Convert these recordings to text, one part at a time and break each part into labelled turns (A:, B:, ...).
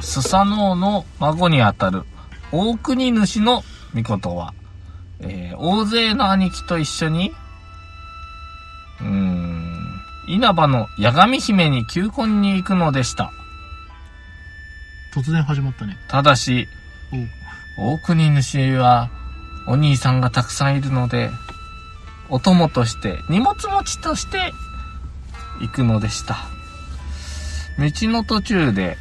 A: スサノオの孫にあたる大国主の御事は、えー大勢の兄貴と一緒に、うーん、稲葉の八神姫に求婚に行くのでした。
B: 突然始まったね。
A: ただし、
B: おう
A: 大国主はお兄さんがたくさんいるので、お供として、荷物持ちとして行くのでした。道の途中で、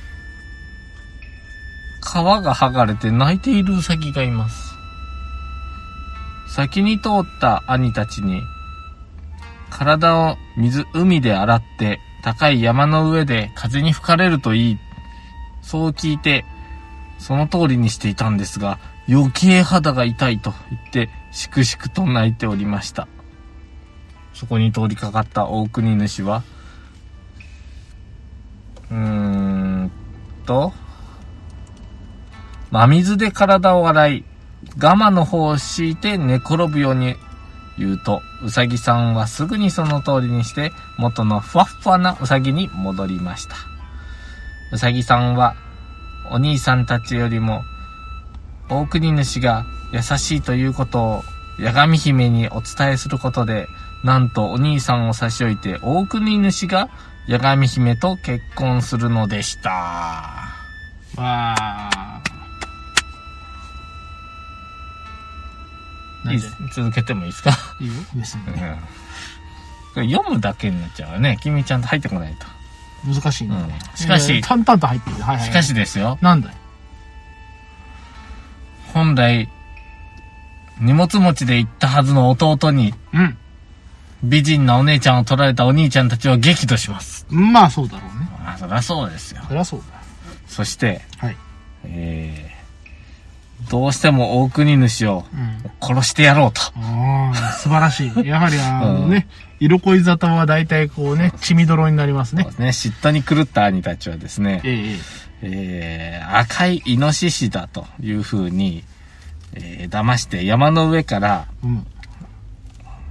A: 皮が剥がれて泣いているウサギがいます。先に通った兄たちに、体を水、海で洗って、高い山の上で風に吹かれるといい。そう聞いて、その通りにしていたんですが、余計肌が痛いと言って、しくしくと泣いておりました。そこに通りかかった大国主は、うーんと、真水で体を洗い、ガマの方を敷いて寝転ぶように言うと、うさぎさんはすぐにその通りにして、元のふわっふわなうさぎに戻りました。うさぎさんは、お兄さんたちよりも、大国主が優しいということを、八神姫にお伝えすることで、なんとお兄さんを差し置いて、大国主が八神姫と結婚するのでした。
B: わあ。なん
A: いい
B: で
A: 続けてもいいですか
B: いいよ、別に
A: う。んこれ読むだけになっちゃうよね。君ちゃんと入ってこないと。
B: 難しいね。
A: うんしかし
B: えー淡々と入ってる。はいはいはい。
A: しかしですよ、
B: なんだい
A: 本来、荷物持ちで行ったはずの弟に、美人なお姉ちゃんを取られたお兄ちゃんたちは激怒します。
B: うん。まあ、そうだろうね。
A: まあ、そりゃそうですよ。
B: そりゃそう
A: そして、
B: だ。はい。
A: えー、どうしても大国主を
B: うん。
A: 殺してやろうと。
B: ああ、素晴らし い。やはりあ
A: う
B: の
A: ん
B: ね、色恋沙汰は大体こうね、血みどろになりますね
A: そう。ですね、嫉妬に狂った兄たちはですね、
B: ええええ。
A: えー、赤いイノシシだというふうに、えー、騙して山の上から
B: うん。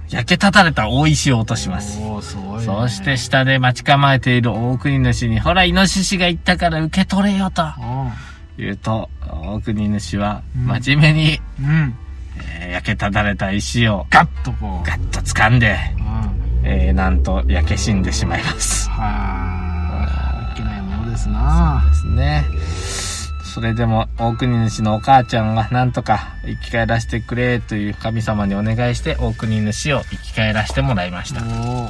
A: 焼けたたれた大石を落とします。
B: おーすごい、ね。
A: そうして。下で待ち構えている大国主に、ほら、イノシシが行ったから受け取れよと
B: あ
A: 言うと、大国主は
B: うん
A: 真面目に、
B: あ。うん。
A: えー焼けただれた石を
B: ガッとこう。
A: ガッと掴んで、
B: うん。は
A: えー、なんと焼け死んでしまいます。
B: あ。いけないものですな。
A: ですね。それでも、大国主のお母ちゃんがなんとか生き返らせてくれという神様にお願いして、大国主を生き返らせてもらいまし
B: お
A: た。
B: ー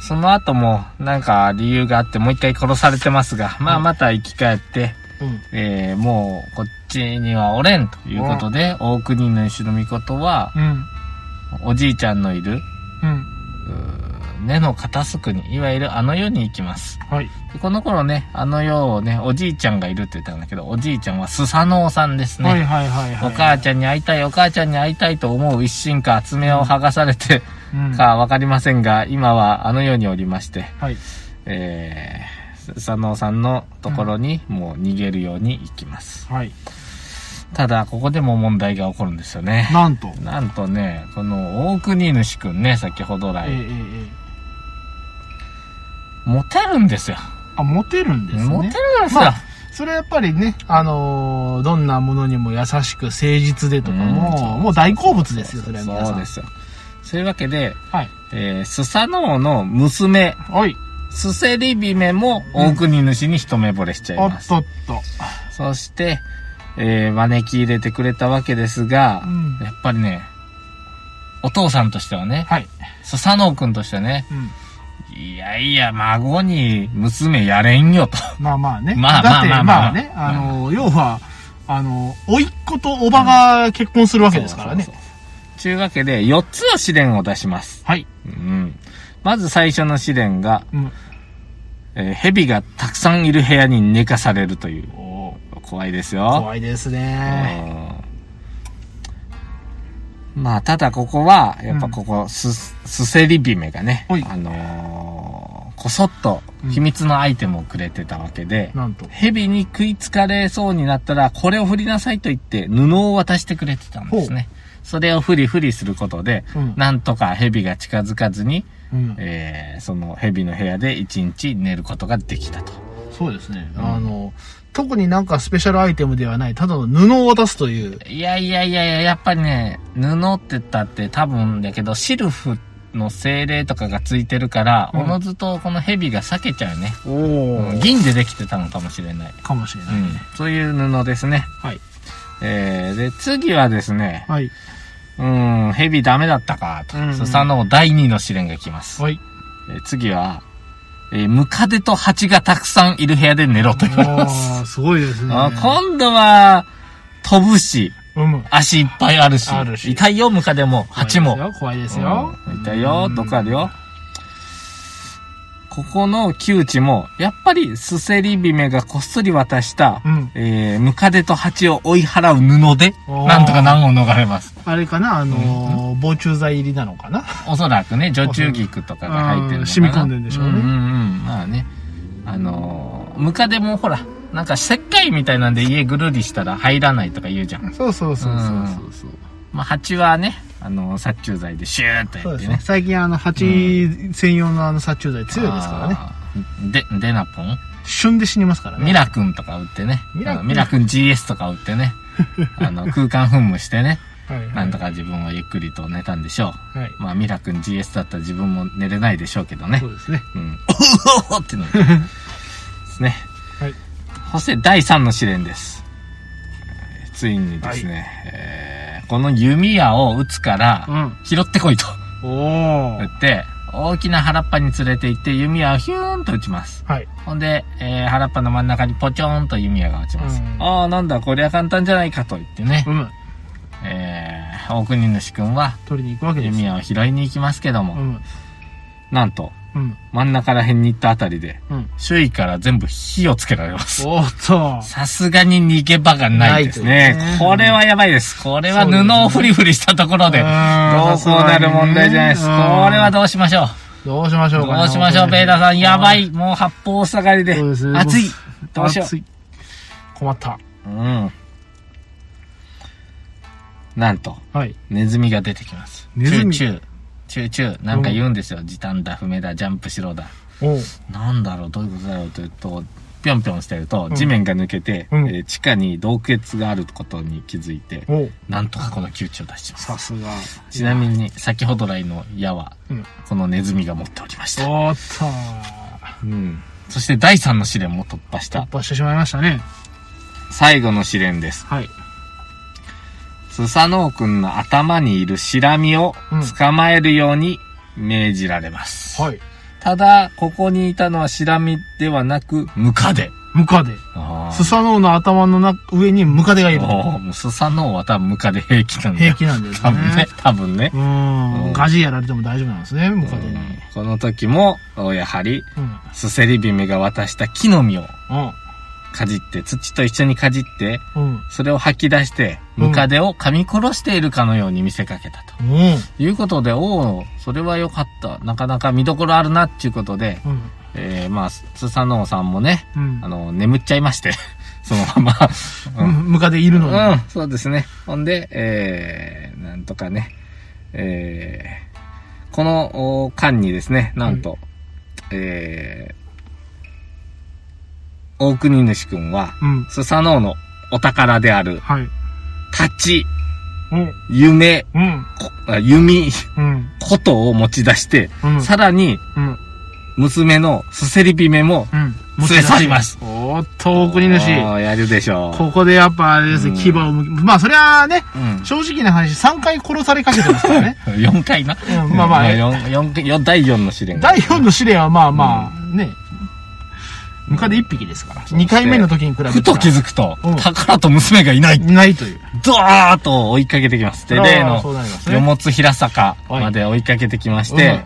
A: その後も、なんか理由があってもう一回殺されてますが、まあまた生き返って、
B: うん。
A: えー、もうこっちにはおれんということで、大国主の御事は、
B: うん。
A: おじいちゃんのいる、
B: うん。
A: 根の片隅に、いわゆるあの世に行きます。
B: はい。
A: でこの頃ね、あの世をね、おじいちゃんがいるって言ったんだけど、おじいちゃんはスサノオさんですね。
B: はいはいはいはい。
A: お母ちゃんに会いたい、お母ちゃんに会いたいと思う一心か、爪を剥がされて
B: うん。
A: かわかりませんが、今はあの世におりまして、
B: はい。
A: えー、佐野さんのところにもう逃げるように行きます。
B: はい。
A: ただ、ここでも問題が起こるんですよね。
B: なんと。
A: なんとね、この大国主くんね、先ほど
B: え
A: 来、
B: えええええ。
A: モテるんですよ。
B: あ、モテるんですね。
A: モテるんですよ。
B: まあそれはやっぱりね、あのーどんなものにも優しく誠実でとか
A: うん
B: も、
A: そう
B: もう大好物ですよ、それは皆さん。
A: そうですよ。そういうわけで、
B: はい。
A: えー、スサノオの娘、
B: はい。
A: スセリビメも大国主に一目惚れしちゃい
B: お
A: ま
B: っ
A: す。
B: とっと。
A: そして、えー招き入れてくれたわけですが、
B: うん
A: やっぱりね、お父さんとしてはね、
B: はい。
A: スサノオ君としてはね、
B: うん。
A: いやいや、孫に娘やれんよ と。
B: まあまあね。
A: まあまあまあまあ
B: だって、まあね、あのー要は、あのー、甥っ子とおばが結婚するわけですからね。
A: そうそうそうちゅうわけで、4つの試練を出します。
B: はい。
A: うん。まず最初の試練が、
B: うん。
A: えー蛇がたくさんいる部屋に寝かされるという。
B: おー
A: 怖いですよ。
B: 怖いですね。
A: まあ、ただここは、やっぱここ、す、すせりびめがね、
B: はい
A: あのーこそっと秘密のアイテムをくれてたわけで、
B: なんと。
A: 蛇に食いつかれそうになったら、これを振りなさいと言って、布を渡してくれてたんですね。それを振り振りすることで、
B: うん
A: なんとか蛇が近づかずに、
B: うん。
A: えーその蛇の部屋で一日寝ることができたと。
B: そうですね。あの、特になんかスペシャルアイテムではない、ただの布を渡すという。
A: いやいやいやいや、やっぱりね、布って言ったって多分だけど、シルフの精霊とかがついてるから、
B: うん
A: おのずとこの蛇が避けちゃうね。
B: お
A: うん銀でできてたのかもしれない。
B: かもしれ
A: う
B: ない。
A: ん。そういう布ですね。
B: はい。
A: えー、で、次はですね、
B: はい。
A: うん、蛇ダメだったか、と
B: うんう。ん
A: スサノオ第2の試練が来ます。
B: はい。
A: えー次は、えームカデと蜂がたくさんいる部屋で寝ろと言われます。
B: あーすごいですね。
A: あ今度は、飛ぶし、
B: うん。
A: 足いっぱいあるし、
B: あるし
A: 痛いよ、ムカデも、蜂も。
B: 怖いです
A: う
B: よ。怖
A: ん
B: い
A: い
B: です
A: た
B: よ。
A: よ、どこあるよ。ここの窮地も、やっぱりスセリビメがこっそり渡した、
B: うん
A: えー、ムカデと蜂を追い払う布で、
B: おー
A: なんとか難を逃れます。
B: あれかなあのー、防虫剤入りなのかな
A: おそらくね、女中菊とかが入ってるのか
B: う
A: な。
B: ん染み込んでんでしょうね
A: うんうんうん。まあね。あのームカデもほら、なんか石灰みたいなんで家ぐるりしたら入らないとか言うじゃん。
B: そうそうそうそうそうそう。
A: まあ蜂はね、あのー殺虫剤でシューッと
B: そ
A: や
B: う
A: っ
B: で
A: て
B: すね
A: ね。。
B: 最近あの、蜂専用のあの殺虫剤強いですからね。
A: あー。で、デナポン
B: 旬で死にますからね。
A: ミラ君とか売ってね。
B: ミラ君
A: あのミラ君 GS とか売 ってね。あの、空間噴霧してね。
B: はいはい
A: なんとか自分はゆっくりと寝たんでしょ。。
B: はいう
A: まあ、ミラ君 GS だったら自分も寝れないでしょうけどね
B: そ。うですね。
A: うん。 おおってなる。ですね。
B: はい。
A: そして第3の試練です。えーついにですね、えーこの弓矢を撃つから
B: う、ん。
A: 拾ってこいと
B: お
A: 言
B: ー。
A: って、大きな原っぱに連れて行って弓矢をヒューンと撃ちます。
B: はい。
A: ほんで、えー原っぱの真ん中にポチョーンと弓矢が落ちます。
B: うん
A: ああ、なんだ、こりゃ簡単じゃないかと言ってね
B: う、ん。
A: えー、大国主君は
B: 取りに行くわけです
A: 弓
B: よ。
A: 矢を拾いに行きますけど
B: う
A: も、
B: ん。
A: なんと、
B: うん。
A: 真ん中ら辺に行ったあたりで、
B: うん。
A: 周囲から全部火をつけられます。
B: おーっと。
A: さすがに逃げ場がないですね。
B: ないですね
A: これはやばいです。これは
B: そうですね
A: 布をフリフリしたところで、どう
B: ど
A: こうなる問題じゃないです。これはどうしましょう。
B: どうしましょうかね
A: どうしましょう、
B: 本当
A: ベ
B: に
A: ータさん。やばい。もう八方下がりで
B: そうです。ね
A: 熱い
B: も。
A: どうしよう
B: 暑。い困った。
A: うん。なんと、
B: はい。
A: ネズミが出てきます。
B: ネズミ
A: チューチュー。チューチュー。なんか言うんですよ。時短だ、不明だ、ジャンプしろだ。
B: おう。
A: なんだろう、どういうことだろうと言うと、ぴょんぴょんしてると、地面が抜けて、
B: うん
A: えー地下に洞窟があることに気づいて、
B: おう。
A: なんとかこの窮地を出します。
B: さすが。
A: ちなみに、先ほど来の矢は、
B: うん。
A: このネズミが持っておりました。
B: おーっと。
A: うん。そして第3の試練も突破した。
B: 突破してしまいましたね。
A: 最後の試練です。
B: はい。
A: スサノオくんの頭にいるシラミを捕まえるように命じられます。
B: はい。
A: ただ、ここにいたのはシラミではなく、ムカデ。
B: ムカデ。
A: あ
B: スサノオの頭のな上にムカデがいる。
A: もうスサノオは多分ムカデ平気なんだ
B: 平
A: よ。
B: 気なんです
A: 多分ね
B: ね。、
A: 多分ね
B: う。ー
A: うん
B: ん。ガジやられても大丈夫なんですね、ムカデに。
A: うんこの時も、やはり、
B: うん。
A: スセリビメが渡した木の実をかじって、土と一緒にかじって、
B: うん。
A: それを吐き出して、ムカデを噛み殺しているかのように見せかけたと。
B: うん。
A: いうことで、おお、それは良かった。なかなか見どころあるな、っていうことで、
B: うん。
A: えー、まあ、スサノオさんもね、
B: うん
A: あ。の、眠っちゃいまして、 そのまま。
B: うんムカデいるのに。
A: うん、そうですね。ほんで、えー、なんとかね、えー、このお間にですね、なんと、えー、大国主君は、
B: うん。
A: スサノオのお宝である、
B: はい。
A: 立ち、
B: うん。
A: 夢、
B: うん。
A: こあ弓、
B: うん。
A: ことを持ち出して、
B: うん。
A: さらに、
B: うん。
A: 娘のスセリビメも、
B: うん。
A: 連れ去ります。
B: おーっと、大国主。
A: あーやるでしょう。
B: ここでやっぱあれですね、
A: うん
B: 牙をむき、まあそりゃあね、
A: うん。
B: 正直な話、3回殺されかけてますからね
A: 4回 な。
B: うんまあまあ、
A: 4、四四第4の試練が。
B: 第4の試練はまあまあ、ね、ムカデ1匹ですから。
A: して
B: 2回目の時に比べて。
A: ふと気づくと
B: うん、
A: 宝と娘がいない。
B: いないという。
A: ドワーッと追いかけてきます。で、例
B: そう
A: の、
B: なります
A: 四
B: ね。
A: 物平坂まで追いかけてきまして、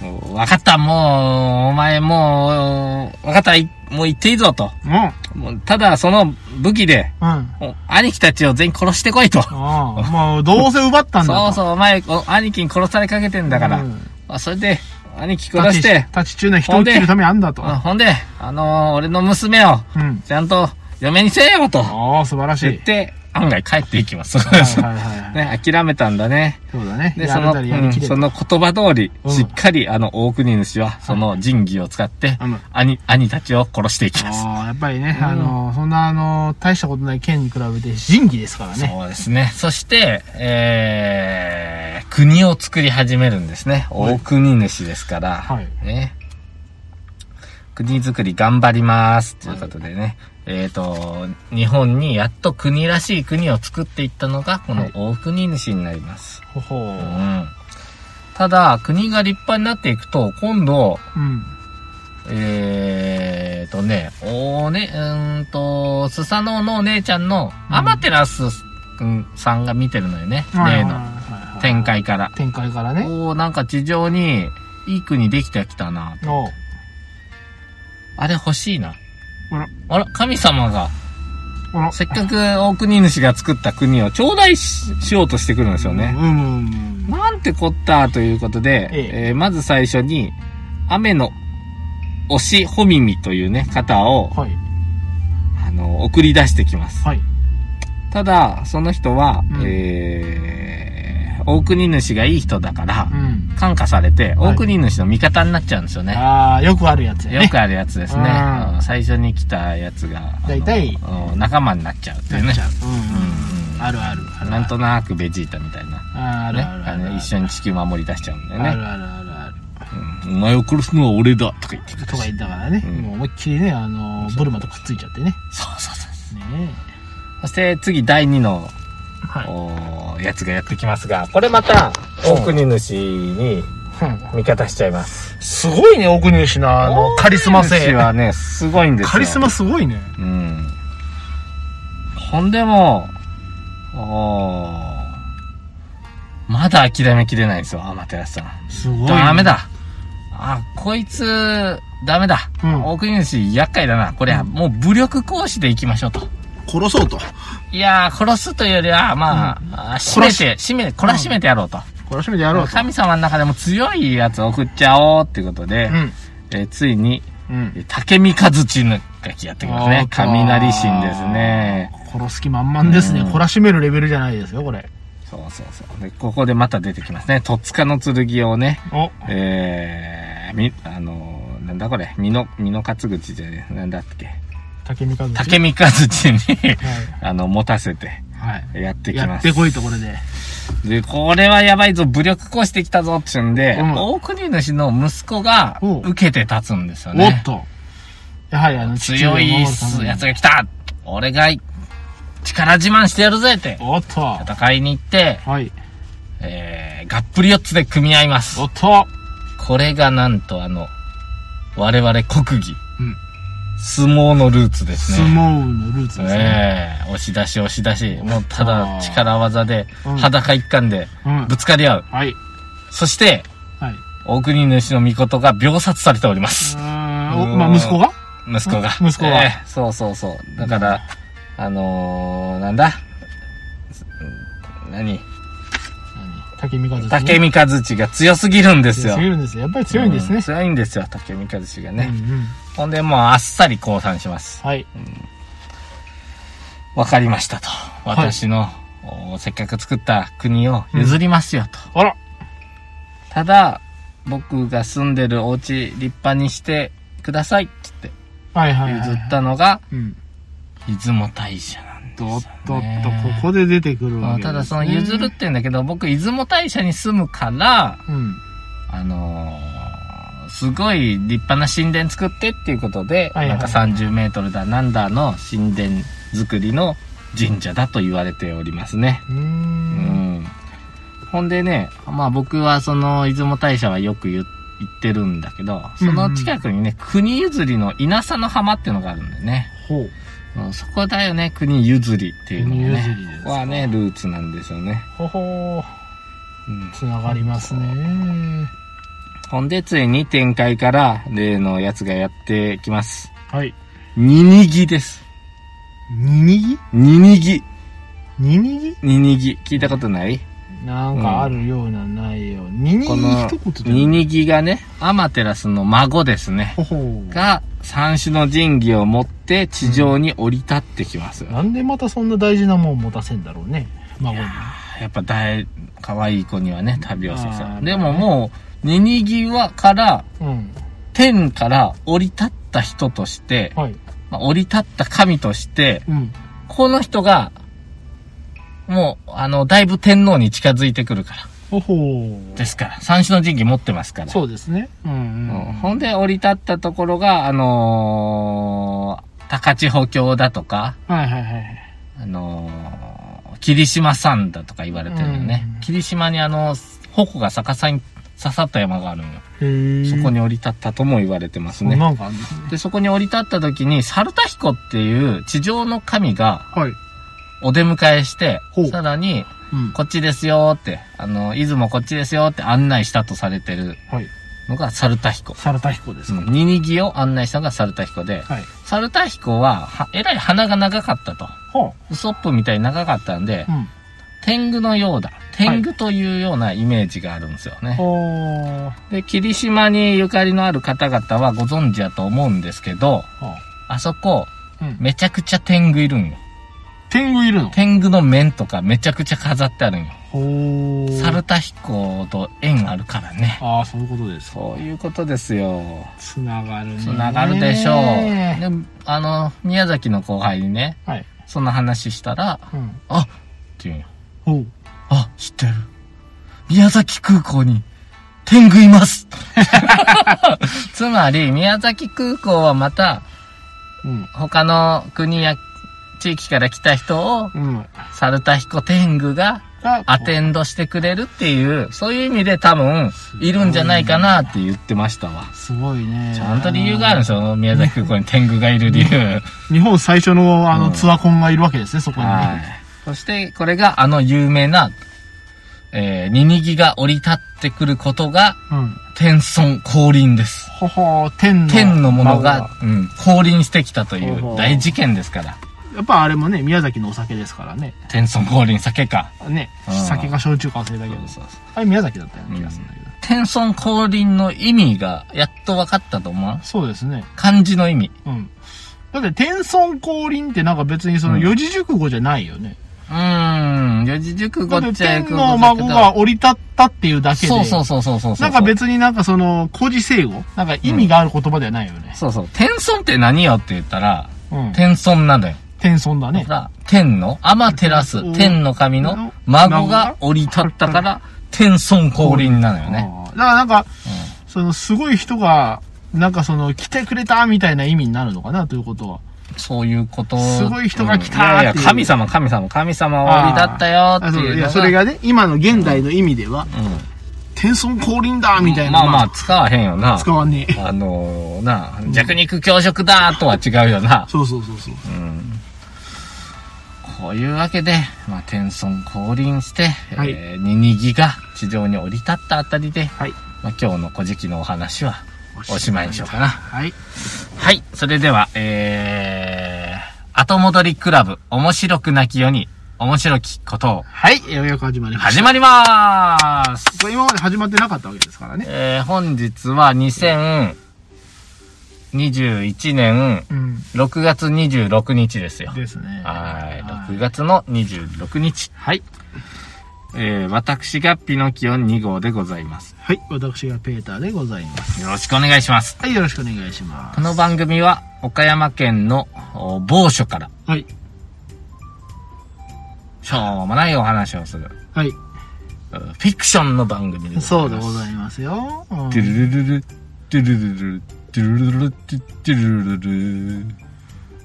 A: もうわかった、もう、お前もう、わかった、いもう行っていいぞと。
B: うん。うん。
A: もうただ、その武器で、
B: あ
A: お兄貴たちを全員殺してこいと。
B: あ、まあ、どうせ奪ったんだと。
A: そうそう、お前、お兄貴に殺されかけてんだから
B: う。ん
A: あそれで、兄貴殺して、
B: 立ち立ち中の人を切るためにあんだと。
A: あほんで、あのー俺の娘を、
B: うん。
A: ちゃんと嫁にせえよと
B: ああ、素晴らし
A: 言っ
B: い。
A: て、案外帰っていきます。
B: はいはいはい。
A: ね、諦めたんだね。
B: そうだね。
A: で、
B: や
A: そ
B: れ
A: の、
B: たりや
A: う
B: り
A: ん
B: きれた
A: その言葉通り、
B: うん
A: しっかりあの、大国主は、その仁義を使って
B: うん、
A: 兄、兄たちを殺していきます。
B: ああ、やっぱりね、
A: うん
B: あの、そんな、あの、大したことない剣に比べて、仁義ですからね。
A: そうですね。そして、えー、国を作り始めるんですね。
B: はい
A: 大国主ですから、
B: はい
A: ね。国づくり頑張ります。ということでね。えっ、と、日本にやっと国らしい国を作っていったのが、この大国主になります。
B: ほほう。
A: うん。ただ、国が立派になっていくと、今度、
B: うん。
A: えーとね、おね、うーんと、スサノオのお姉ちゃんのアマテラス君さんが見てるのよね、例の
B: の
A: 展。開から。
B: 展開からね。
A: おーなんか地上にいい国できてきたな。
B: おう
A: あれ欲しいな。
B: あら、
A: あら、神様が、
B: あら。
A: せっかく大国主が作った国を頂戴ししようとしてくるんですよね。
B: うんうんうん。
A: なんてこったということで、
B: ええ
A: えーまず最初に、雨の押しほみみというね、方を、
B: はい。
A: あの、送り出してきます。
B: はい。
A: ただ、その人は、
B: うん
A: えー、大国主がいい人だから
B: う、ん。
A: 感化されて、
B: は
A: 大
B: い
A: 国主の味方になっちゃうんですよね。
B: ああ、よくあるやつやね。
A: よくあるやつですね。
B: うん
A: うん最初に来たやつが、あの
B: 大体
A: うん仲間になっちゃうっていう
B: な
A: ね
B: っち。ゃう。うん
A: うん
B: う。
A: うんん
B: あるある。ある
A: なんとなくベジータみたいな。
B: ある
A: ね、
B: あるあ
A: あ
B: るあ
A: の
B: る。
A: 一緒に地球守り出しちゃうんだよ
B: あ
A: ね。
B: るあるあるある。
A: うんお前を殺すのは俺だとか言ってくる
B: とか言ったからね、
A: うん
B: もう思いっきりね、あの、ブルマとくっついちゃってね。
A: そうそうそう。
B: ね
A: そして次第2の、
B: は
A: おーやつがやってきますが、これまた、大国主に
B: い。
A: 味方しちゃいます。
B: すごいね、奥西のあの、カリスマ
A: 大国主
B: 性。
A: はね、すごいんですよ。
B: カリスマすごいね。
A: うん。ほんでも、おーまだ諦めきれないんですよ、アマテラスさん。
B: すごい、ね。
A: ダメ。だ。あ、こいつ、ダメだ。
B: うん
A: 大国主厄介だな。これはもう武力行使で行きましょうと。
B: 殺そうと。
A: いやー、殺すというよりは、まあ、あ締めて、締め、懲らしめてやろうと。
B: 殺しめてやろうと。
A: 神様の中でも強いやつを送っちゃおうっていうことで、
B: うん。
A: えーついに、
B: うん。
A: 竹三和地のがやってきますね。
B: おー
A: 雷神ですね。
B: 殺す気満々ですね。
A: うん
B: 懲らしめるレベルじゃないですよ、これ。
A: そうそうそう。で、ここでまた出てきますね。とっつかの剣をね、
B: お。
A: えー、み、あのーなんだこれ、美の、美の勝口じゃねえ、なんだっけ。
B: 竹三和口。、
A: 竹三和地に
B: はい。
A: あの、持たせて
B: はい。
A: やってき
B: や
A: ま
B: っ
A: す。
B: てこいと、これで。
A: で、これはやばいぞ、武力行使できたぞって言うんで、
B: うん
A: 大国主の息子が
B: おう
A: 受けて立つんですよ
B: お
A: ね
B: っ。と。やはりあの、
A: 強いやつが来た俺が力自慢してやるぜって
B: おっと。は
A: 戦いに行って、
B: い。
A: えー、がっぷり四つで組み合います
B: お。っと。
A: これがなんとあの、我々国技、
B: うん。
A: 相撲のルーツですね。
B: 相撲のルーツですね。
A: ええ押し出し押し出し、もうた
B: あ
A: だ
B: ー
A: 力技で
B: うん、
A: 裸一貫で
B: うん。
A: ぶつかり合う。
B: はい。
A: そして、
B: はい。
A: 大国主の御事が秒殺されておりま
B: う
A: す。
B: ーん。おまあ、息子が
A: 息子が。
B: うん息子が
A: ええそうそうそう。だから、あのー、なんだ何
B: 竹三和ですね。
A: 竹三和地が強すぎるんですよ。
B: 強いんですよ。やっぱり強いんです
A: う
B: ね。
A: 強いんですよ、竹三和地が
B: うんう
A: ね。
B: ん。
A: ほんで、もうあっさり降参します。
B: はい。
A: わかりましたと。私の、おせっかく作った国を譲りますよと。
B: あら。
A: ただ、僕が住んでるお家立派にしてくださいって言って
B: はいはいはい。
A: 譲ったのが、
B: うん。
A: 出雲大社なんですよ、ね。
B: おっとっと、ここで出てくる
A: ま
B: わ
A: あ
B: けですね。
A: ただその譲るって言うんだけど、僕、出雲大社に住むから、
B: うん。
A: あのーすごい立派な神殿作ってっていうことで、
B: はいはい
A: なんか30メートルだなんだの神殿作りの神社だと言われておりますね。
B: うー。
A: うんん。ほんでね、まあ僕はその出雲大社はよく言言ってるんだけど、その近くにね、国譲りの稲佐の浜っていうのがあるんだよね。
B: ほう。
A: うんそこだよね、国譲りっていうのが
B: 国譲
A: ね
B: りで。す
A: こ
B: か
A: こはね、ルーツなんですよね。
B: ほほー。
A: うん
B: つながりますね。
A: ほんで、ついに展開から例のやつがやってきます。
B: はい。
A: ににぎです。
B: ににぎ
A: ににぎ。
B: ににぎ
A: ににぎ。聞いたことない
B: なんかあるような、ないような。ににぎ
A: こ
B: 一
A: の
B: 言、で。
A: ににぎがね、アマテラスの孫ですね。
B: ほほー。
A: が、三種の神器を持って地上に降り立ってきます。
B: なんでまたそんな大事なもん持たせんだろうね。孫に。
A: やっぱ大、可愛い子にはね、旅をさせ
B: あ
A: る。
B: ー
A: でももう、ニニギはから、
B: うん。
A: 天から降り立った人として、
B: はい。
A: まあ降り立った神として、
B: うん。
A: この人が、もう、あの、だいぶ天皇に近づいてくるから。
B: ほほー
A: ですから、三種の神器持ってますから。
B: そうですね。うん
A: うんほんで、降り立ったところが、あのー高千穂峡だとか、
B: はいはいはい。
A: あのー霧島山だとか言われてるよね。
B: うん
A: 霧島にあの、矛が逆さに刺さった山があるのよ。
B: へー
A: そこに降り立ったとも言われてます
B: そん
A: ね。
B: なんかあるんですね。
A: で、そこに降り立った時に、サルタヒコっていう地上の神が
B: はい。
A: お出迎えして
B: ほう、
A: さらに、
B: うん。
A: こっちですよーって、あの、出雲こっちですよーって案内したとされてる
B: はい。
A: のがサルタヒコ。
B: サルタヒコです
A: う
B: か。
A: んニニギを案内したのがサルタヒコで、
B: はい。
A: サルタヒコは、はえらい鼻が長かったと。
B: ほ
A: ウソップみたいに長かったんで
B: う。う、ん。
A: 天狗のようだ。天狗というようなイメージがあるんですよね。
B: ほー
A: で、霧島にゆかりのある方々はご存知だと思うんですけど、あそこ、
B: うん。
A: めちゃくちゃ天狗いるんよ。
B: 天狗いるの
A: 天狗の面とかめちゃくちゃ飾ってあるんよ。
B: ほー
A: サルタヒコと縁あるからね。
B: ああ、そういうことですか。
A: そういうことですよ。
B: つながるね。
A: つながるでしょう。
B: ね
A: で、あの、宮崎の後輩にね、
B: はい。
A: そんな話したら、
B: うん。
A: あって言うんよ。
B: ほう。
A: あ、知ってる。宮崎空港に天狗います。 つまり、宮崎空港はまた
B: うん。
A: 他の国や地域から来た人を
B: うん。
A: サルタヒコ天狗が
B: が
A: アテンドしてくれるっていう、そういう意味で多分いるんじゃないかなって言ってましたわ。
B: すごいね。
A: ちゃんと理由があるんですよ、宮崎空港に天狗がいる理由。
B: 日本最初のあ
A: う
B: の
A: ん
B: ツアコンがいるわけですね、そこにね。
A: はい。そして、これがあの有名な、えー、ニニギが降り立ってくることが、
B: うん。
A: 天孫降臨です。
B: ほほ天の。
A: 天のものが、うん、降臨してきたという大事件ですから。
B: やっぱあれもね、宮崎のお酒ですからね。
A: 天孫降臨酒か。
B: ね
A: うん、
B: 酒か焼酎か忘れたけど。あれ宮崎だったような気がするんだけど。
A: 天孫降臨の意味がやっと分かったと思う
B: そうですね。
A: 漢字の意味。
B: うん。だって、天孫降臨ってなんか別にその
A: うん
B: 四字熟語じゃないよね。
A: うーん、四字熟語
B: だっ
A: ってちゃ
B: 天
A: く
B: の孫が降り立ったっていうだけで。
A: そうそうそうそうそうそう。
B: なんか別になんかその、古事聖語なんか意味がある言葉ではないよね。
A: そうそう。天孫って何よって言ったら、
B: うん。
A: 天孫なのよ。
B: 天孫だ
A: だ
B: ね
A: か。ら、天の、天照
B: うん
A: す、天の神の孫が降り立ったから、天孫降臨なのよね。
B: あーだからなんか、そのすごい人が、なんかその、来てくれたみたいな意味になるのかなということは。
A: そういうこと。
B: すごい人が来た
A: うんいやい
B: って
A: や、
B: いう
A: 神様、神様、神様は降り立ったよっていうのが。
B: あそういや、それがね、今の現代の意味では、天孫降臨だ
A: うん、
B: みたいな。
A: まあまあ、使わへんよな。
B: 使わねえ。
A: あのーな、弱肉強食だとは違うよな。
B: そうそうそうそう。
A: うん。こういうわけで、まあ、天孫降臨して、
B: はい
A: えー、ニニギが地上に降り立ったあたりで、
B: はい。
A: まあ、今日の古事記のお話はおしまいにしようかな。
B: はい。
A: はい。それでは、えー、後戻りクラブ、面白くなきように、面白きことを、
B: はい。ようやく始まりました。
A: 始まりまーす
B: これ今まで始まってなかったわけですからね。
A: えー、本日は2021年
B: うん。
A: 6月26日ですよ。
B: ですね。
A: はい。6
B: 月。
A: 月の26日。
B: はい。
A: えー、私がピノキオン2号でございます。
B: はい。私がペーターでございます。
A: よろしくお願いします。
B: はい。よろしくお願いします。
A: この番組は、岡山県のお某所から、
B: はい。
A: しょうもないお話をする、
B: はい。
A: フィクションの番組でございます。
B: そうでございますよ。うん
A: ドゥルルルル、ドゥルルルル、ドゥルルルル、ドゥルルルル。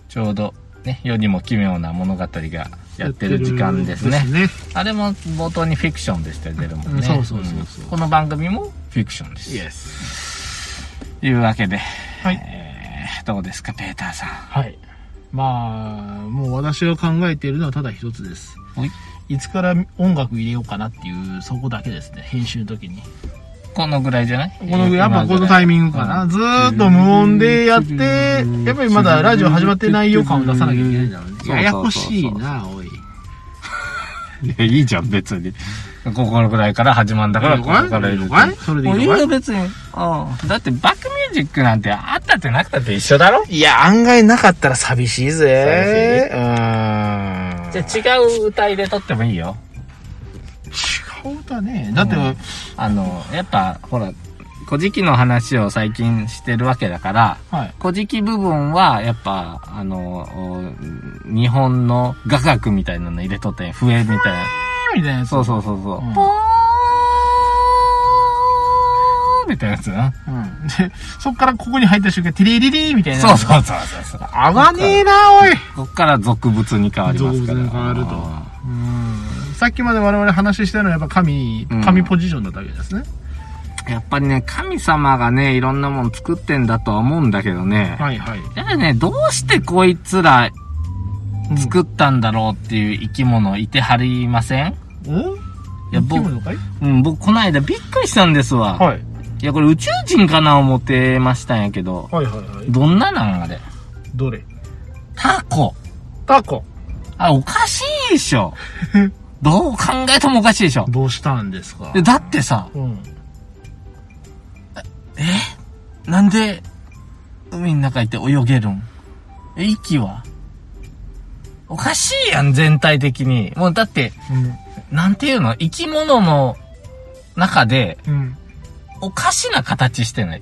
A: ちょうど、ね、世にも奇妙な物語がやってる時間ですね。
B: ね。
A: あれも冒頭にフィクションでしたよ出るもん
B: うん
A: ね。
B: そうそうそうそうん
A: この番組もフィクションです。
B: イエス。
A: いうわけで、
B: はい。
A: えー、どうですか、ペーターさん。
B: はい。まあ、もう私が考えているのはただ一つです。
A: はい
B: いつから音楽入れようかなっていう、そこだけですね。編集の時に。
A: このぐらいじゃない
B: この、やっぱこのタイミングかな。ずーっと無音でやって、やっぱりまだラジオ始まってない予感を出さなきゃいけないんだろうね。
A: そうそうそうそう
B: ややこしいな、おい。
A: いや、いいじゃん、別に。ここのぐらいから始まるんだから、ここから
B: いいのかいそれでいい
A: もういい
B: のかい
A: よ別に。だってバックミュージックなんてあったってなくたって一緒だろ
B: いや、案外なかったら寂しいぜ。うーん。
A: じゃあ違う歌入れとってもいいよ。
B: 違う歌ね。だって、
A: うんあの、やっぱ、ほら、古事記の話を最近してるわけだから、
B: はい。
A: 古事記部分は、やっぱ、あの、お日本の雅楽みたいなの入れとって、笛みたいな。
B: みたいなやつ。
A: そうそうそうそう。
B: うん
A: ポーみたいなやつな。
B: うん。で、そっからここに入った瞬間、ティリリリーみたいな。
A: そうそうそうそうそう。
B: 合わねえな、おい。
A: こっから俗物に変わりますから。
B: 俗物に変わると
A: あ
B: うん。さっきまで我々話したのはやっぱ神
A: うん、
B: 神ポジションだったわけですね。
A: ーやっぱりね、神様がね、いろんなもん作ってんだとは思うんだけどね。
B: はいはい。
A: やっぱりね、どうしてこいつら作ったんだろうっていう生き物いてはりません
B: お
A: いや、
B: 生き
A: 僕、
B: 物かい
A: うん、僕この間びっくりしたんですわ。
B: はい。
A: いや、これ宇宙人かな思ってましたんやけど。
B: はいはいはい。
A: どんななんあれ。
B: どれ
A: タコ。
B: タコ。
A: あ、おかしいでしょ。どう考えてもおかしいでしょ。
B: どうしたんですか
A: でだってさ、
B: うん。
A: なんで、海の中いて泳げるんえ息はおかしいやん、全体的に。もうだって、なんていうの生き物の中で、
B: うん。
A: おかしな形してない。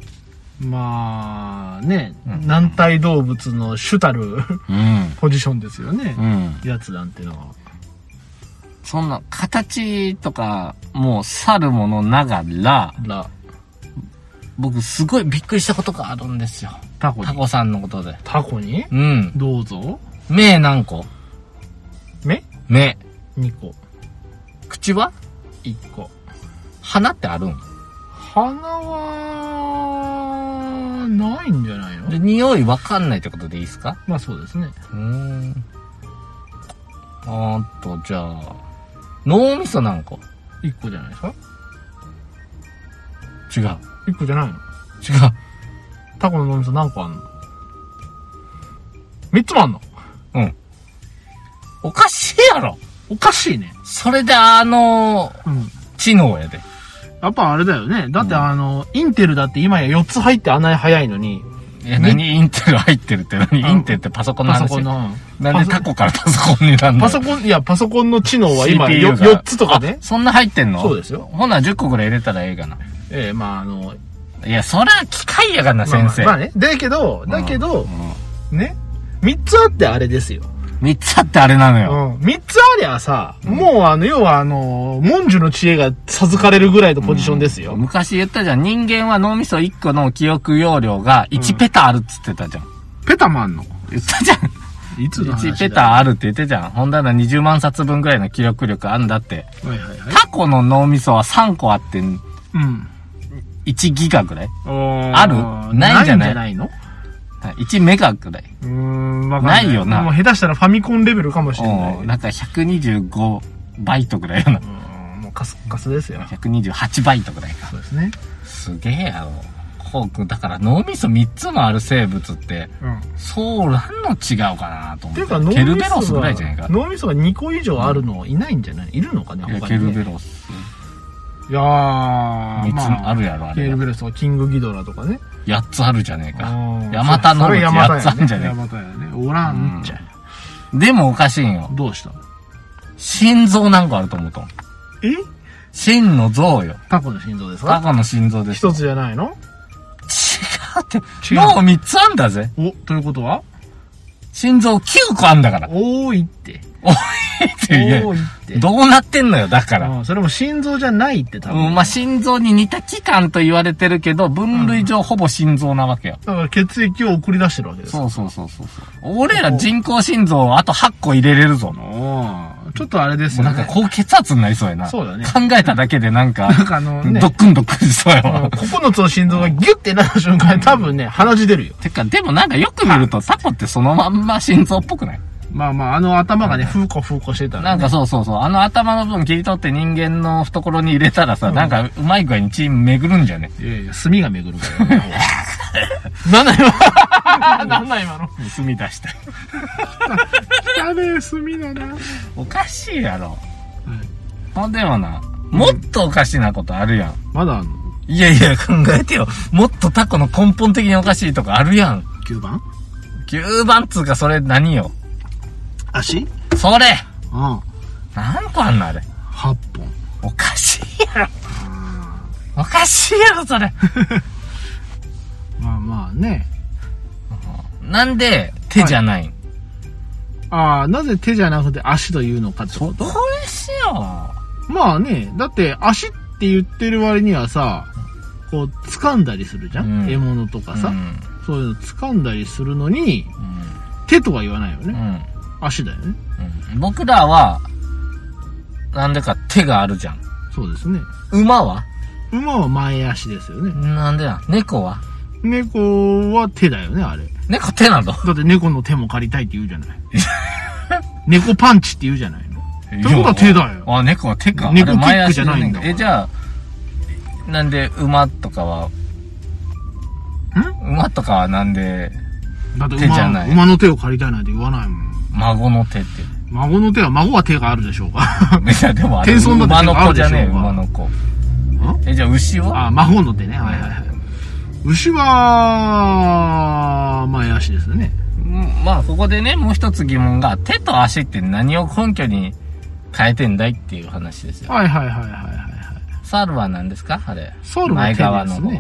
B: まあ、ね、
A: うん
B: 軟体動物の主たる
A: う ん。
B: ポジションですよね
A: う。ん。
B: やつなんてのは。
A: そんな、形とか、もう去るものながら、
B: ら、
A: 僕すごいびっくりしたことがあるんですよ。
B: タコ
A: タ
B: に。
A: コさんのことで。
B: タコに
A: うん。
B: どうぞ。
A: 目何個
B: 目
A: 目。
B: ?2 個。
A: 口は
B: 1個。
A: 鼻ってあるん
B: 鼻は、ないんじゃないの
A: で、匂いわかんないってことでいいですか
B: まあそうですね。
A: うーん。あと、じゃあ、脳みそ何個
B: 1個じゃないですか
A: 違う。違う。
B: ?1 個じゃないのタコの脳みそ何個あんの ?3 つもあんの
A: おかしいやろ
B: おかしいね。
A: それであの、
B: うん。
A: 知能やで。
B: やっぱあれだよね。だって
A: うん
B: あの、インテルだって今や4つ入って穴に早いのに、
A: いや、
B: ね
A: 何インテル入ってるって何
B: あ
A: インテルってパソコンの
B: パ
A: 話
B: ソコンの、
A: なんでタコからパソコンになんだ
B: パソコン、いや、パソコンの知能は今
A: CPU
B: よ
A: が
B: 4つとかね
A: あ。そんな入ってんの
B: そうですよ。
A: ほな、10個ぐらい入れたらええがな。
B: ええまああの、
A: いや、そりゃ機械やがな、
B: まあ
A: 先生。
B: まあね。だけど、だけど、
A: う
B: ね。3つあってあれですよ。
A: ん。3つあってあれなの
B: う
A: よ。
B: ん。3つありゃさ、もうあの、要はあの、文殊の知恵が授かれるぐらいのポジションですよ。
A: 昔言ったじゃん。人間は脳みそ1個の記憶容量が1ペタあるっつってたじゃん。
B: ペタもあんの
A: 言ったじゃん。
B: いつの話だよ
A: 1ペタあるって言ってじゃん。ほんだら20万冊分ぐらいの記憶力あんだって。
B: はいはいはい。
A: タコの脳みそは3個あって
B: うん。
A: 1ギガぐらい
B: あ
A: るないんじゃない
B: ないの
A: ?1 メガぐらいう
B: ーん、わかんない。
A: ないよな
B: もう下手したらファミコンレベルかもしれない。
A: おーなんか125バイトぐらいやな。
B: うんもうカスカスですよ。
A: 128バイトぐらいか。
B: そうですね。
A: すげえやろ。コウ君、だから脳みそ3つもある生物って、
B: うん。っ
A: そうなんの違うかなと思ってて。
B: いうか脳みそ
A: ケ
B: が
A: ルベロスぐらいじゃないか。
B: 脳みそが2個以上あるのいないんじゃないいるのかね
A: いや、
B: 他
A: ケル
B: にね
A: ベロス。
B: いやー、
A: 3つ
B: ま
A: もあるやろ、あ
B: ケ
A: れが。
B: ルベロスとかキングギドラとかね。
A: 8つあるじゃねえか。
B: うん
A: ヤマタノオロチ
B: それヤマタ
A: やっつあんじゃねえ
B: ヤマタやね。おらんじゃん。
A: でもおかしいんよ。
B: どうした
A: 心臓なんかあると思うとん。
B: え
A: 心の臓よ。
B: タコの心臓です
A: タ
B: か
A: コの心臓です。
B: 一つじゃないの
A: 違うって。
B: 違う
A: 脳3つあんだぜ。
B: お、ということは
A: 心臓9個あんだから。
B: 多いって。
A: おいって
B: 多
A: 言
B: いって
A: え。。どうなってんのよ、だから。
B: うん、それも心臓じゃないって多分。
A: うん、まあ、心臓に似た器官と言われてるけど、分類上ほぼ心臓なわけよ。
B: だから血液を送り出してるわけです。
A: そうそうそうそうそう。俺ら人工心臓をあと8個入れれるぞ。も
B: おちょっとあれです
A: う
B: よ
A: なん
B: ね。
A: か高血圧になりそうやな。
B: そうだね
A: 考えただけでなんか、
B: なんかあのね
A: ドックンドックンしそうやわ。
B: 9つの心臓がギュッてなった瞬間に多分ね、鼻血出るよ。
A: てか、でもなんかよく見るとタコってそのまんま心臓っぽくない
B: まあまあ、あの頭がね、ふうこふうこしてた
A: な
B: ら、
A: ん
B: ね。
A: かそうそうそう。あの頭の部分切り取って人間の懐に入れたらさ、なんかうまい具合に血巡るんじゃね
B: いやいや、墨が巡るから、ね。 なんだ今なんだ今の。
A: 盗み出した。
B: やべえ、墨だな。
A: おかしいやろ。ほんでもな、もっとおかしなことあるやん。
B: まだあんの
A: いやいや、考えてよ。もっとタコの根本的におかしいとこあるやん。
B: 9番
A: 9番っつうか、それ何よ。
B: 足うん。
A: それ
B: 8
A: 何個あんのあれ。
B: 本。
A: おかしいやろ。おかしいやろ、それ。
B: まあまあね。
A: なんで、手じゃないん、
B: ああ、なぜ手じゃなくて足というのかってこと
A: これしよ
B: まあね、だって足って言ってる割にはさ、こう、掴んだりするじゃん、
A: うん
B: 獲物と
A: う。
B: かさ、
A: うん。
B: そういうの掴んだりするのに、
A: うん
B: 手とは言わないよね。
A: うん。
B: 足だよね。
A: うん僕らは、なんでか手があるじゃん。
B: そうですね。
A: 馬は
B: 馬は前足ですよね。
A: なんでなん猫は
B: 猫は手だよね、あれ。
A: 猫手なの
B: だって猫の手も借りたいって言うじ ゃない。猫パンチって言うじゃないの。
A: と
B: いうことは手だよ
A: あ、猫は手か。
B: 猫
A: あれ前
B: キック
A: 足
B: じゃないんだ
A: え、じゃあ、なんで馬とかは、馬とかはなんで
B: だって
A: 手じゃない
B: 馬馬の手を借りたいなんて言わないもん。
A: 孫の手って。
B: 孫の手は、孫は手があるでしょうか。
A: いや、でもあれ、
B: 天孫だ
A: 馬の
B: って手があ
A: 子
B: る
A: じ
B: で
A: ゃ
B: しょ
A: ねえよ、
B: 馬
A: 馬の子。え、じゃあ牛は
B: あ、孫の手ね。はいはいはい。牛は、前足ですね。
A: うんまあ、ここでね、もう一つ疑問が、手と足って何を根拠に変えてんだいっていう話ですよ。
B: はいはいはいはいはいはい。
A: 猿は何ですかあれ。
B: 猿は手
A: 前
B: で
A: 側の
B: すね
A: 方。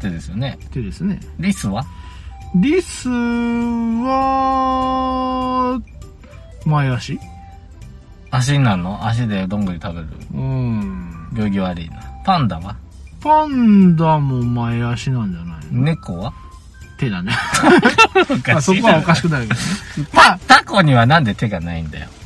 A: 手ですよね。
B: 手ですね。
A: リスは
B: リスは、前足
A: 足なの足でどんぐり食べる。
B: うん。
A: 行儀悪いな。パンダは
B: パンダも前足なんじゃないの
A: 猫は
B: 手だね。
A: お
B: まあ
A: か
B: そ
A: しい
B: こ
A: だ
B: は
A: ろ
B: おかしくな るけどね。ま
A: タ
B: あ、
A: タコにはなんで手がないんだよ。
B: うん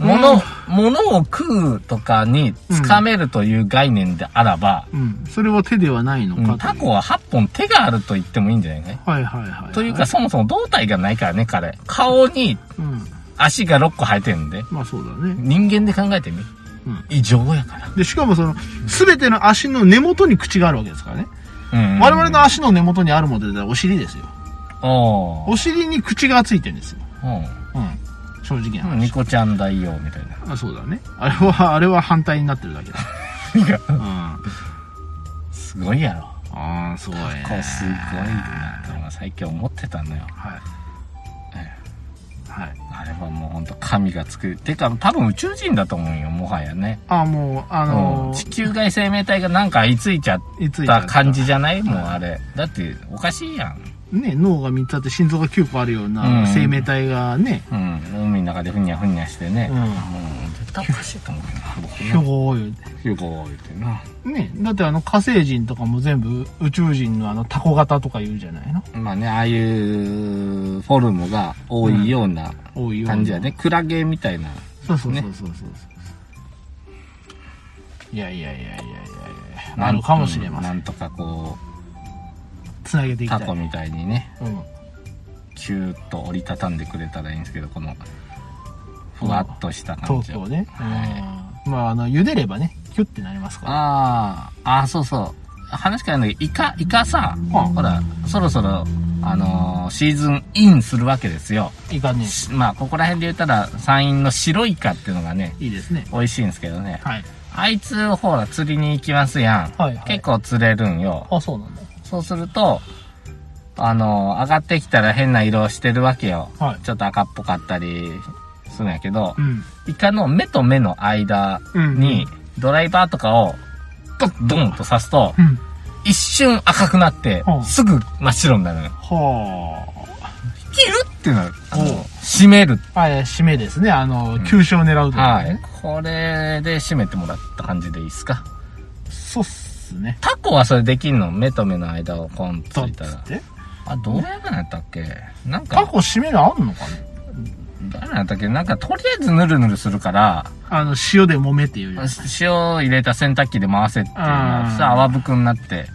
A: 物を、物を食うとかに掴めるという概念であらば、
B: うん。それは手ではないの
A: うん
B: か
A: タ
B: という
A: コは8本手があると言ってもいいんじゃないかい
B: はいはいはい。
A: というか、、そもそも胴体がないからね、彼。顔に
B: うん。
A: 足が6個生えてるんで。
B: まあそうだね。
A: 人間で考えてみ。
B: うん
A: 異常やから。
B: で、しかもその、すべての足の根元に口があるわけですからね。
A: うん
B: 我々の足の根元にあるもので言ったらお尻ですよ。
A: おー
B: お尻に口がついてるんですよ。
A: う。
B: うん。正直なん
A: ニ
B: 話。
A: コちゃん大王みたいな。
B: あそうだね。あれは、 あれは反対になってるだけだ。 うん。あ
A: すごいやろ。
B: あ、すごい、ね。
A: こうすごいなって今最近思ってたのよ。
B: はい。はい。
A: あれはもうほんと神が作る。てか多分宇宙人だと思うよ、もはやね。
B: ああ、もう、あ
A: うん
B: の
A: 地
B: ー、
A: 球外生命体がなんか居ついちゃっ
B: いつい
A: た感じじ
B: ゃ
A: ゃないもうあれ。だっておかしいやん。
B: ね、脳が3つあって心臓が9個あるよう
A: うん
B: な生命体がね、
A: うん。海の中でふにゃふにゃしてね。
B: う
A: うん
B: ん。
A: 絶対おかしいと思う
B: ひ
A: けど
B: ょ
A: な。
B: ー言うて
A: よく覚えてな。
B: ね、だってあの火星人とかも全部宇宙人のあのタコ型とか言うじゃないの
A: まあね、ああいうフォルムが多いような
B: 多いような
A: 感じやね。クラゲみたいな。
B: そうそう
A: ね
B: そうそうそうそう、いやいやいやいやいやいや
A: な
B: なんるかもしれませ
A: なんんとかこ
B: つなげて
A: う、
B: いきた
A: タ
B: い
A: コみたいにね。
B: うん
A: キューッと折りたたんでくれたらいいんですけどこのふわっとした感
B: ト
A: じ
B: ー
A: を、
B: クをね、
A: は
B: うんまああの茹でればねキュッてなりますから
A: あーあーそうそう話変わるんだけどイカイカさ、ほらそろそろあのーシーズンインするわけですよ
B: いかね
A: しまあここら辺で言ったら山陰の白イカっていうのがね
B: いいですね
A: 美味しいんですけどね
B: はい
A: あいつほら釣りに行きますやん、
B: はいはい
A: 結構釣れるんよ
B: あそうなんだ
A: そうするとあのー上がってきたら変な色をしてるわけよ
B: はい
A: ちょっと赤っぽかったりするんやけど、
B: うん
A: イカの目と目の間にドライバーとかをドッドンと刺すと
B: うん
A: 一瞬赤くなって
B: うん
A: すぐ真っ白になるのよ。
B: は
A: キュルってなる。あの
B: おう
A: 締める。
B: ああえ締めですねあの急所を狙うとか
A: は
B: ね
A: い。これで締めてもらった感じでいいですか。
B: そうっすね
A: タコはそれできんの目と目の間をコンつ
B: だっ
A: い
B: つ
A: たら
B: っ。て
A: あ、どうやらやったっけなん
B: タ
A: か、
B: コ締めるあんのかね
A: 誰やったっけなんかとりあえずヌルヌルするから、
B: あの塩で揉めっていうやつ
A: 塩入れた洗濯機で回せっていうのは、
B: うん
A: そしたら泡ぶくになって、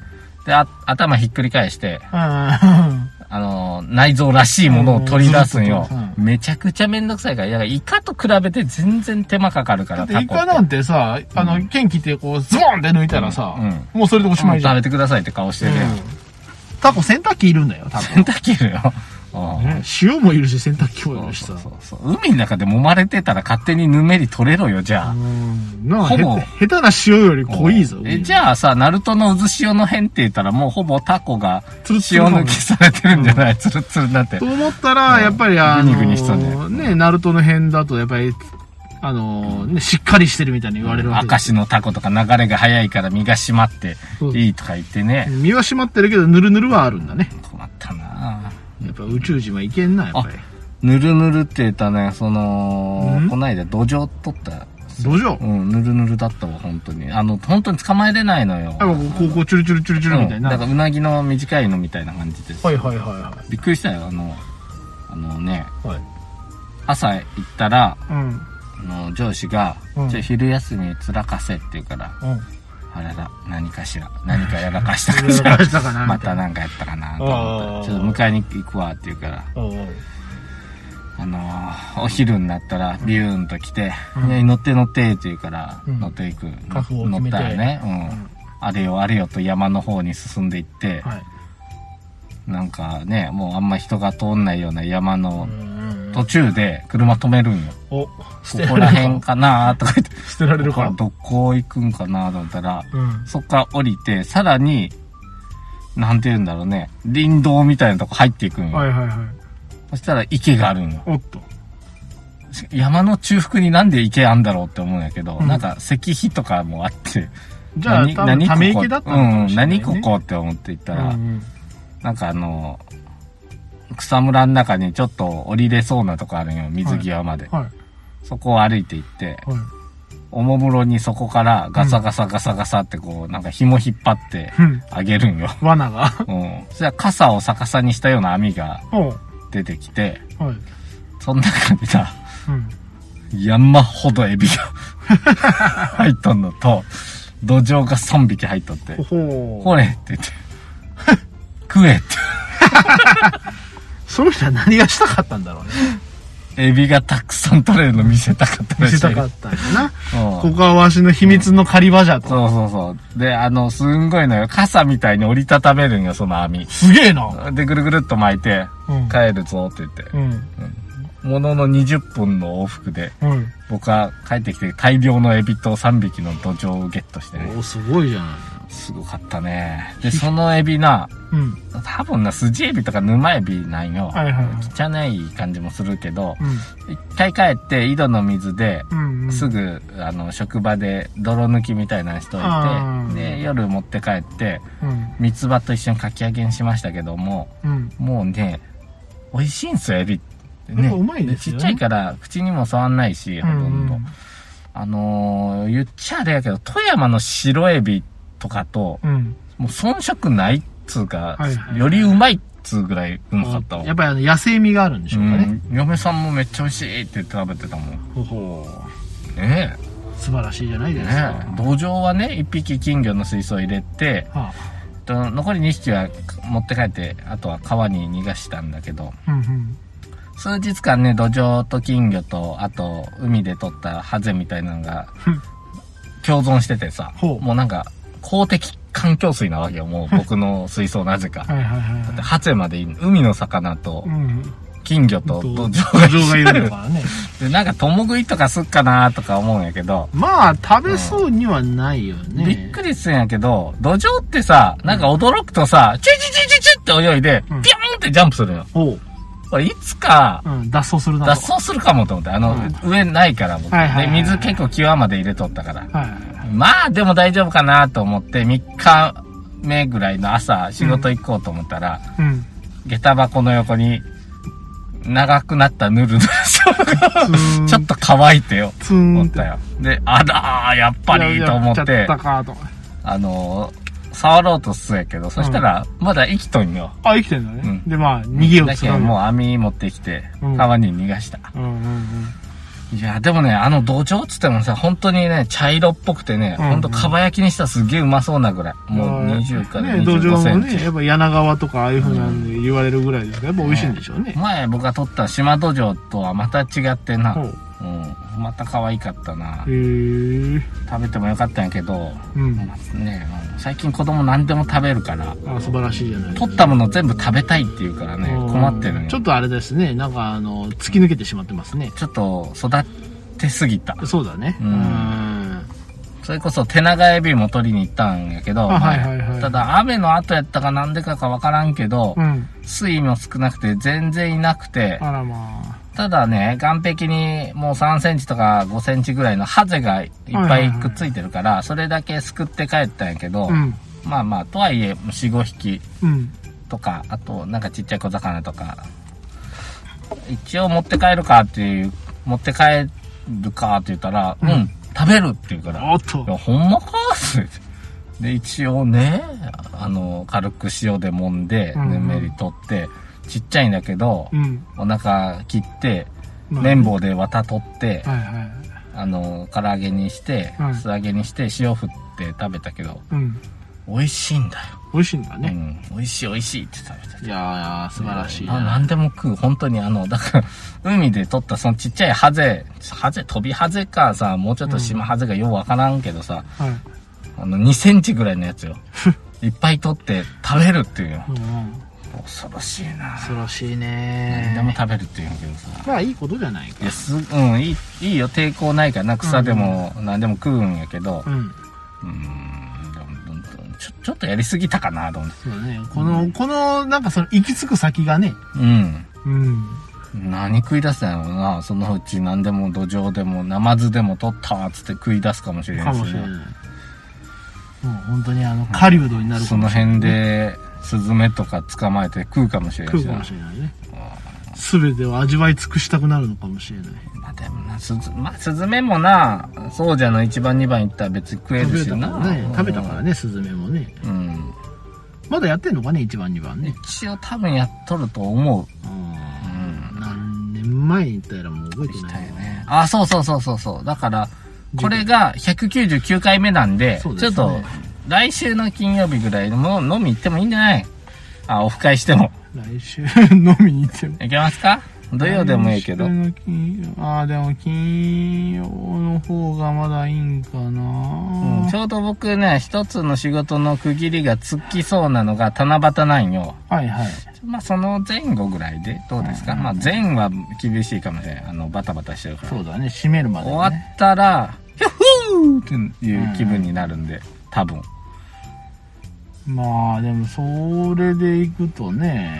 A: で、あ頭ひっくり返して、
B: うん
A: あの、内臓らしいものを取り出すんよ
B: うんずっと取り出。す
A: めちゃくちゃめんどくさいから。いや、イカと比べて全然手間かかるから、
B: だって
A: タ
B: イ
A: コって
B: カなんてさ、あ
A: う
B: の、剣切ってこう、ズボンって抜いたらさ、
A: うん
B: もうそれでおしま
A: もう
B: いじゃ
A: 食
B: ん。
A: べてくださいって顔してるやん。
B: うんタコ洗濯機いるんだよ、多
A: 洗
B: 分。
A: 濯機いるよ。ああ
B: ね塩もいるし、洗濯機もい
A: そう
B: るし
A: そ
B: さ
A: う。そうそう海の中で揉まれてたら勝手にぬめり取れろよ、じゃあ。
B: うんなんか
A: ほぼ
B: へ下手な塩より濃いぞ。
A: え、じゃあさ、ナルトの渦潮の辺って言ったらもうほぼタコが
B: ツ
A: 塩
B: ルツルなの
A: 抜きされてるんじゃないツルツルになって
B: と。思ったら、
A: うん
B: やっぱりあの
A: グニグニしたね
B: ね、ナルトの辺だと、やっぱり、あの、ね、しっかりしてるみたいに言われるわけ
A: 明石のタコとか流れが早いから身が締まっていいとか言ってね。
B: 身は締まってるけど、ぬるぬるはあるんだね。
A: 困ったなぁ。
B: やっぱ宇宙人はいけんな、やっぱり。
A: ぬるぬるって言ったね、その
B: ん、
A: こないだ土壌取った。
B: 土壌。
A: うん、ぬるぬるだったわ、本当に。あの、本当に捕まえれないのよ。
B: やっぱこう、こう、チュルチュルチュルチュルみたいな。
A: うんだからうなぎの短いのみたいな感じです、
B: はいはいは
A: びっくりしたよあのあのね
B: いはい。はい。
A: 朝行ったら
B: うん。
A: あの上司が「
B: うん
A: じゃ昼休みつらかせ」って言うから
B: うん。
A: 「あれだ何かしら何かやらかしたかし
B: や
A: ら
B: らかしたかな
A: またなんかやったかな」と思
B: あ
A: っ
B: ー
A: て「ちょっと迎えに行くわ」って言うから
B: おうおう
A: あのーお昼になったらビューンと来て「
B: うん
A: ね乗って乗って」って言うから、
B: うん
A: 乗っていく乗
B: 覚悟を決
A: っ
B: めて
A: たらね、うんあれよあれよと山の方に進んでいって、
B: はい。
A: なんかねもうあんま人が通んないような山の
B: うん
A: 途中で車止めるんよ。
B: お、捨
A: こ
B: て
A: こ
B: ら
A: ら
B: れる
A: 辺
B: か。
A: かなとか言って、
B: 捨てられるか。
A: どこ行くんかなと思ったら、
B: うん。
A: そっから降りて、さらに、なんて言うんだろうね、林道みたいなとこ入っていくんよ。
B: はいはいはい。
A: そしたら池があるんよ。
B: おっと。
A: 山の中腹になんで池あんだろうって思うんやけど、
B: うん
A: なんか石碑とかもあって、
B: じゃあ、多分ため
A: ここ
B: 池だったのか
A: う
B: も
A: ん、
B: しれないね。
A: 何ここって思って行ったら、
B: うんうん
A: なんかあの、草むらの中にちょっと降りれそうなとこあるんよ、水際まで。
B: はい。
A: そこを歩いて行って、
B: はい。
A: おもむろにそこからガサガサガサガサってこう、なんか紐引っ張って
B: うん。
A: あげる んよ。
B: 罠が。
A: うん。そしたら傘を逆さにしたような網が
B: おう
A: 出てきて、
B: はい。
A: そんな感じだ。
B: うん。
A: 山ほどエビが入っとんのと、土壌が3匹入っとって
B: ほ、ほ
A: こ
B: う。
A: れって言って、食えっ
B: その人は何がしたかったんだ ろうね。
A: て、エビがたくさん取れるの見せたかった
B: 見
A: らしい。
B: せたかったんだな。
A: うん
B: ここはわしの秘密の狩り場じゃと。
A: そうそうそう。で、あの、すんごいのよ。傘みたいに折りたためるんよ、その網。
B: すげえな。
A: で、ぐるぐるっと巻いて、
B: うん。
A: 帰るぞって言って。
B: うん。
A: ものの20分の往復で、
B: うん。
A: 僕は帰ってきて大量のエビと3匹の土壌をゲットしてね。
B: おすごいじゃない
A: すごかったね。で、そのエビな、
B: の。うん。
A: 多分な、筋エビとか沼エビなんよ。
B: はいはいはい
A: 汚い感じもするけど、一回帰って井戸の水で、
B: うん。うん。
A: す。ぐ、あの、職場で泥抜きみたいなのしとい
B: あー
A: て、で、夜持って帰って、
B: うん。
A: 三つ葉と一緒にかき揚げにしましたけども、
B: うん。
A: もうね、美味しいんすよ、エビってね。
B: やっぱうまいです
A: ちっ
B: よね
A: ちゃいから、口にも触んないし、ほ
B: う
A: とん
B: ん
A: ど。あのー、言っちゃあれやけど、富山の白エビとかと、
B: うん。
A: もう遜色ないっつうか、
B: はいはい
A: よりうまいっつうぐらいうまかったわ。
B: やっぱりあの野生味があるんでしょうかね。
A: うん、嫁さんもめっちゃ美味しいって言って食べてたもん。
B: ほほ
A: ね
B: 素晴らしいじゃない
A: え。
B: ですか。
A: ねえ。土壌はね、一匹金魚の水槽入れて、
B: は
A: と残り2匹は持って帰って、あとは川に逃がしたんだけど、
B: あ、うんうん。
A: 数日間ね土壌と金魚とあと海で取ったハゼみたいなの が
B: うん
A: 共存しててさ
B: ほう
A: もうなんか公的環境水なわけよもう僕の水槽なぜか
B: はいはいはい
A: だって
B: は
A: ハゼまでいい海の魚と
B: い。うん。
A: 金魚と
B: 土
A: 土
B: 壌
A: 壌
B: が
A: がい
B: いる
A: る
B: からね。
A: でなんか共食いとかすっかなとか思うんやけど
B: まあ、食べそうにはないよね。
A: びっくりするんやけど土壌ってさなんか驚くとさチュチュチュチュチュって泳いでピョー
B: うん
A: ンってジャンプするのよ
B: おう。
A: これいつか
B: うん、脱走するなと。
A: 脱走するかもと思って、あの、上ないから僕、
B: はいはいはいはい
A: で水結構際まで入れとったから。
B: はいはいはい。
A: まあ、でも大丈夫かなと思って、3日目ぐらいの朝、仕事行こうと思ったら、
B: うん。
A: 下駄箱の横に、長くなったヌ ルヌルソが、
B: うん
A: ちょっと乾いてよ、
B: ツーン
A: 思
B: っ。
A: ってたよ。で、あらー、やっぱりと思っ
B: やっちゃ
A: て
B: った、かと。
A: あのー、触ろうとするやけど、そしたら、まだ生きとんよ。
B: あ、生きてんだね。
A: うん
B: で、まあ、逃げよう
A: だ
B: とす
A: け
B: る
A: ど、もう網持ってきて
B: う、ん
A: 川に逃がした。
B: う。うんうんうん。
A: いや、でもね、あの土壌っつってもさ、本当にね、茶色っぽくてね、
B: うんうん
A: ほんとかば焼きにしたらすげえうまそうなぐらい。もう20から
B: ね、土
A: 25セ
B: 壌も
A: ンチ。
B: ね、やっぱ柳川とかああいうふうなんで言われるぐらいですから、やっぱ美味しいんでしょうね。
A: 前僕が取った島土壌とはまた違ってな、
B: ほう
A: うん、また可愛かったな
B: へえ。
A: 食べてもよかったんやけど、
B: うん。
A: まあね、うん最近子供何でも食べるから
B: あ、素晴らしいじゃない。
A: 取ったもの全部食べたいって言うからね
B: うん
A: 困ってるね
B: ちょっとあれですね。なんか、あの、突き抜けてしまってますね。
A: ちょっと育てすぎた
B: そうだね。
A: う
B: うんん。
A: それこそ手長エビも取りに行ったんやけど、
B: あはいはいはい
A: ただ雨の後やったかなんでかかわからんけど、
B: うん。
A: 水位も少なくて全然いなくて、
B: あらま
A: ただね、岸壁にもう3センチとか5センチぐらいのハゼがいっぱいくっついてるから、それだけすくって帰ったんやけど、
B: あ。うん。
A: まあまあ、とはいえ4、5匹
B: うん。
A: とか、あとなんかちっちゃい小魚とか、一応持って帰るかっていう、持って帰るかって言ったら、う、
B: うんん
A: 食べるって言うから、
B: おっと
A: いや、。ほんまかって。で、一応ね、あの、軽く塩で揉んで、
B: うん
A: ぬめり取って、ちっちゃいんだけど
B: う、ん。
A: お腹切って、
B: まあ
A: 綿棒で綿取って、
B: はいはい。
A: あの、唐揚げにして
B: うん、
A: 素揚げにして、塩振って食べたけど、
B: うん。
A: 美味しいんだ
B: 美味しいんだ
A: よ。
B: ね。
A: うん。美味しい美味しいって食べた。
B: いやー、素晴らしい
A: な
B: な。
A: 何でも食う。本当にあの、だから、海で取ったそのちっちゃいハゼ、ハゼ、飛びハゼかさ、もうちょっと島ハゼがようわからんけどさ、
B: はい。
A: あの、2センチぐらいのやつ よ。いっぱい取って食べるっていうよ。
B: うんうん。
A: 恐ろしいな
B: 恐ろしい
A: 何でも
B: ね。
A: 食べるっていうんやけどさ。
B: まあ、いいことじゃないか
A: いや、。す、うん、いい、いいよ。抵抗ないからな。草でも何でも食うんやけど
B: う。ん。
A: うん、でもどんどんちょ、ちょっとやりすぎたかな、と思って。
B: そうだね。この、この、なんかその、行き着く先がね。
A: うん。
B: うん。
A: 何食い出すんやろうな。そのうち何でも土壌でもナマズでも取ったわっつって食い出すかもしれな
B: か
A: いし
B: もしれない
A: ね。。
B: もう本当にあの、狩人になる
A: そ
B: かも
A: の
B: しれない
A: 辺で、スズメとか捕まえて食うかもしれない
B: 食
A: し
B: うか
A: な
B: もしれないね。すべてを味わい尽くしたくなるのかもしれない。
A: まあでもな、すず、まあ、スズメもな、そうじゃの一番二番行ったら別に食え
B: 食
A: る
B: べ
A: した
B: か
A: な。
B: らね、食べたから
A: ね。
B: ね、スズメもね。
A: うん。
B: まだやってんのかね、一番、二番ね。
A: 一応多分やっとると思う。う
B: あ
A: ん。
B: ー何年前に行ったやらもう覚えて
A: し
B: な
A: た
B: い
A: よ。ね。あ、そうそうそうそうそう。だから、これが199回目なんで、
B: そうで
A: ち
B: す
A: ょっ
B: ね
A: と、来週の金曜日ぐらいの飲み行ってもいいんじゃないあ、オフ会しても。
B: 来週飲みに行っても。
A: 行けますか土曜でもいいけど
B: 来。週の金曜ああ、でも金曜の方がまだいいんかな、
A: うんちょうど僕ね、一つの仕事の区切りがつきそうなのが七夕なんよ。
B: はいはい。
A: まあその前後ぐらいでどうですか、
B: うんうん
A: まあ前は厳しいかもしれない。あの、バタバタしてるから。
B: そうだね、閉めるまで、ね。
A: 終わったら、ヒャッフーっていう気分になるんで、多分。
B: まあでもそれで行くとね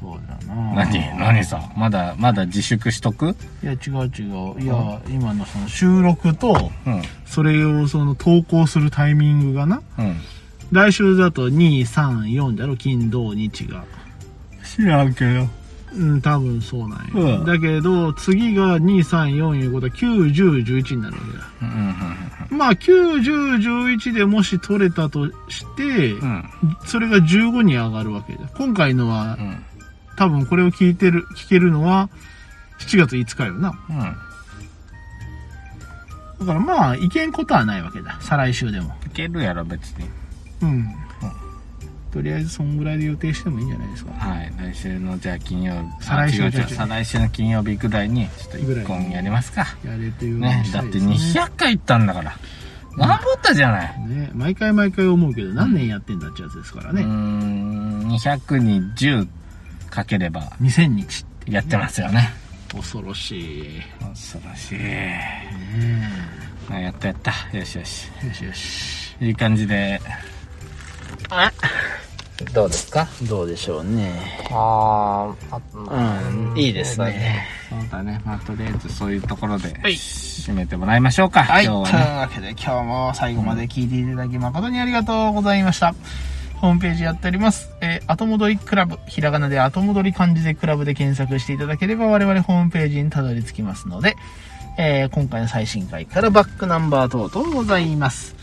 B: そうだな
A: 何
B: い
A: 何さまだ、まだ自粛しとく
B: や違う違ういや今のその収録と
A: うん。
B: それをその投稿するタイミングがな
A: うん。
B: 来週だと234だろ金土日が
A: 知らんけど。
B: うん多分そうなんよ、
A: うん
B: だけど次が2344いうことは91011になるわけだ
A: うん、
B: まあ91011でもし取れたとして、
A: うん、うん。
B: それが15に上がるわけだ。今回のは
A: う、ん。
B: 多分これを聞いてる、聞けるのは、7月5日よな。
A: うん。
B: だからまあ、いけんことはないわけだ。再来週でも。
A: いけるやろ、別に。
B: うん。とりあえず、そんぐらいで予定してもいいんじゃないですか。
A: はい。来週の、じゃあ金曜日。
B: 再来週
A: あ違う
B: じゃ
A: 違
B: あ
A: う再来週の金曜日ぐらいに、ちょっと一本やりますか。
B: やれという
A: ね。だって200回行ったんだから。頑張ったじゃない。
B: ね、毎回毎回思うけど、何年やってんだってやつですから
A: うー
B: ね。
A: ん、200に10かければ、
B: 2000日って。
A: やってますよね。
B: 恐ろしい。ね
A: 恐ろしい。あやったやった。よしよし。
B: えよしよし。
A: いい感じで。どうですか
B: どうでしょうね。
A: あ
B: うん、いいですね。
A: そうだね。まあ、とりあえずそういうところで、
B: い
A: 締めてもらいましょうか。
B: はい。と
A: 今日はね。
B: いうわけで今日も最後まで聞いていただき誠にありがとうございました。ホームページやっております。えー後戻りクラブ、ひらがなで後戻り漢字でクラブで検索していただければ我々ホームページにたどり着きますので、えー今回の最新回からバックナンバー等々ございます。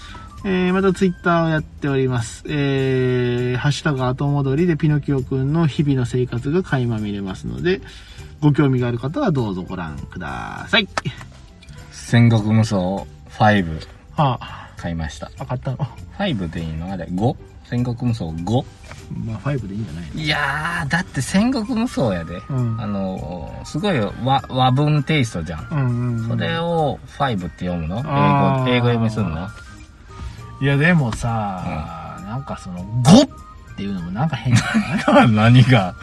B: えーまたツイッターをやっております。えーハッシュタグ後戻りでピノキオくんの日々の生活が垣間見れますので、ご興味がある方はどうぞご覧ください。
A: 戦国無双5
B: はあ
A: 買いました。
B: 分かったの
A: 5でいいのあれ ?5? 戦国無双 5?
B: まあ5でいいんじゃない
A: いやー、だって戦国無双やで。
B: うん
A: あのー、すごい和和文テイストじゃん。
B: のうんうん、うん、
A: それを5って読むの英
B: あ
A: 語、
B: ー
A: 英語読みすんの
B: いやでもさ、なんかその5っていうのもなんか変じゃ ない
A: 何が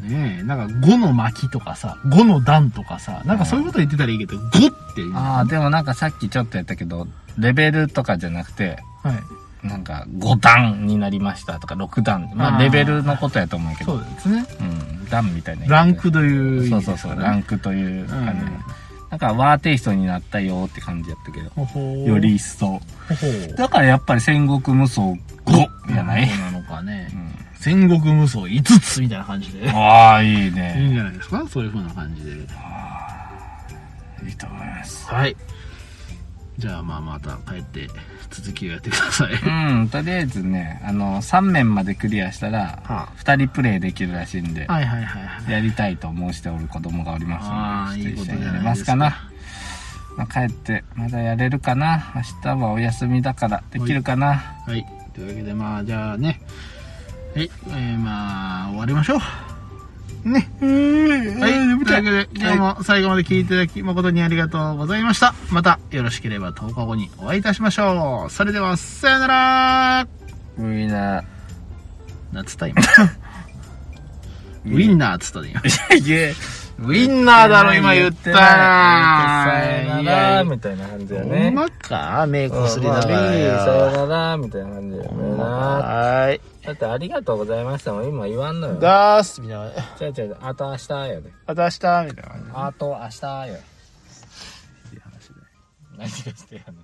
B: ねえなんか5の巻とかさ5の段とかさなんかそういうこと言ってたらいいけど5っていう
A: ああ、でもなんかさっきちょっとやったけど、レベルとかじゃなくて、
B: はい
A: なんか5段になりましたとか6段。まあ
B: あー
A: レベルのことやと思うけど。
B: そうですね
A: うん、段みたいな。
B: ランクという意
A: そう
B: 味
A: そう
B: です
A: そ
B: か
A: う、
B: らね
A: ランクという感じ。
B: うん
A: なんか和テイストになったよって感じやったけど。
B: ほほー
A: より一層。
B: ほほー
A: だからやっぱり戦国無双5じゃない、
B: そうなのかね、
A: うん
B: 戦国無双5つみたいな感じで
A: ああ、いい
B: いいん
A: ね。
B: じゃないですかそういう風な感じで
A: いいと思います。
B: はいじゃあまあまた帰って続きをやってください
A: うん、とりあえずね、あの、3面までクリアしたら、
B: は
A: 2人プレイできるらしいんで
B: あ、はいはいはいはい
A: やりたいと申しておる子供がおりま
B: あ
A: す
B: あ
A: の
B: い
A: で、
B: い
A: ちょ
B: こ
A: っ
B: と
A: と
B: じ
A: 一緒にや
B: ゃな
A: れ
B: い
A: ま
B: ですす
A: か
B: か
A: な。まあ帰って、まだやれるかな明日はお休みだから、できるかな
B: はいというわけでまあじゃあねはい、えー、まあ終わりましょうねはい、というわけで今日も最後まで聞いていただき誠にありがとうございましたまたよろしければ10日後にお会いいたしましょうそれではさよなら
A: ウィン ナー。
B: 夏タイ ムウィンナーっつったで今
A: いや、
B: ウィンナーだろ、今言った
A: さよなら、みたいな感じだよね。
B: ほんまか目
A: うんま
B: こ
A: あ
B: すりながら
A: いい
B: よ
A: さよなら、みたいな感じだよ
B: ほん
A: ね。
B: まかはーい。
A: だって、ありがとうございましたもん、今言わんのよ。
B: ガースみたいな。
A: 違う違う、あと明日よね。
B: また明日みたいな感
A: あと明日よ。
B: じで話だよ
A: 何がしてやんの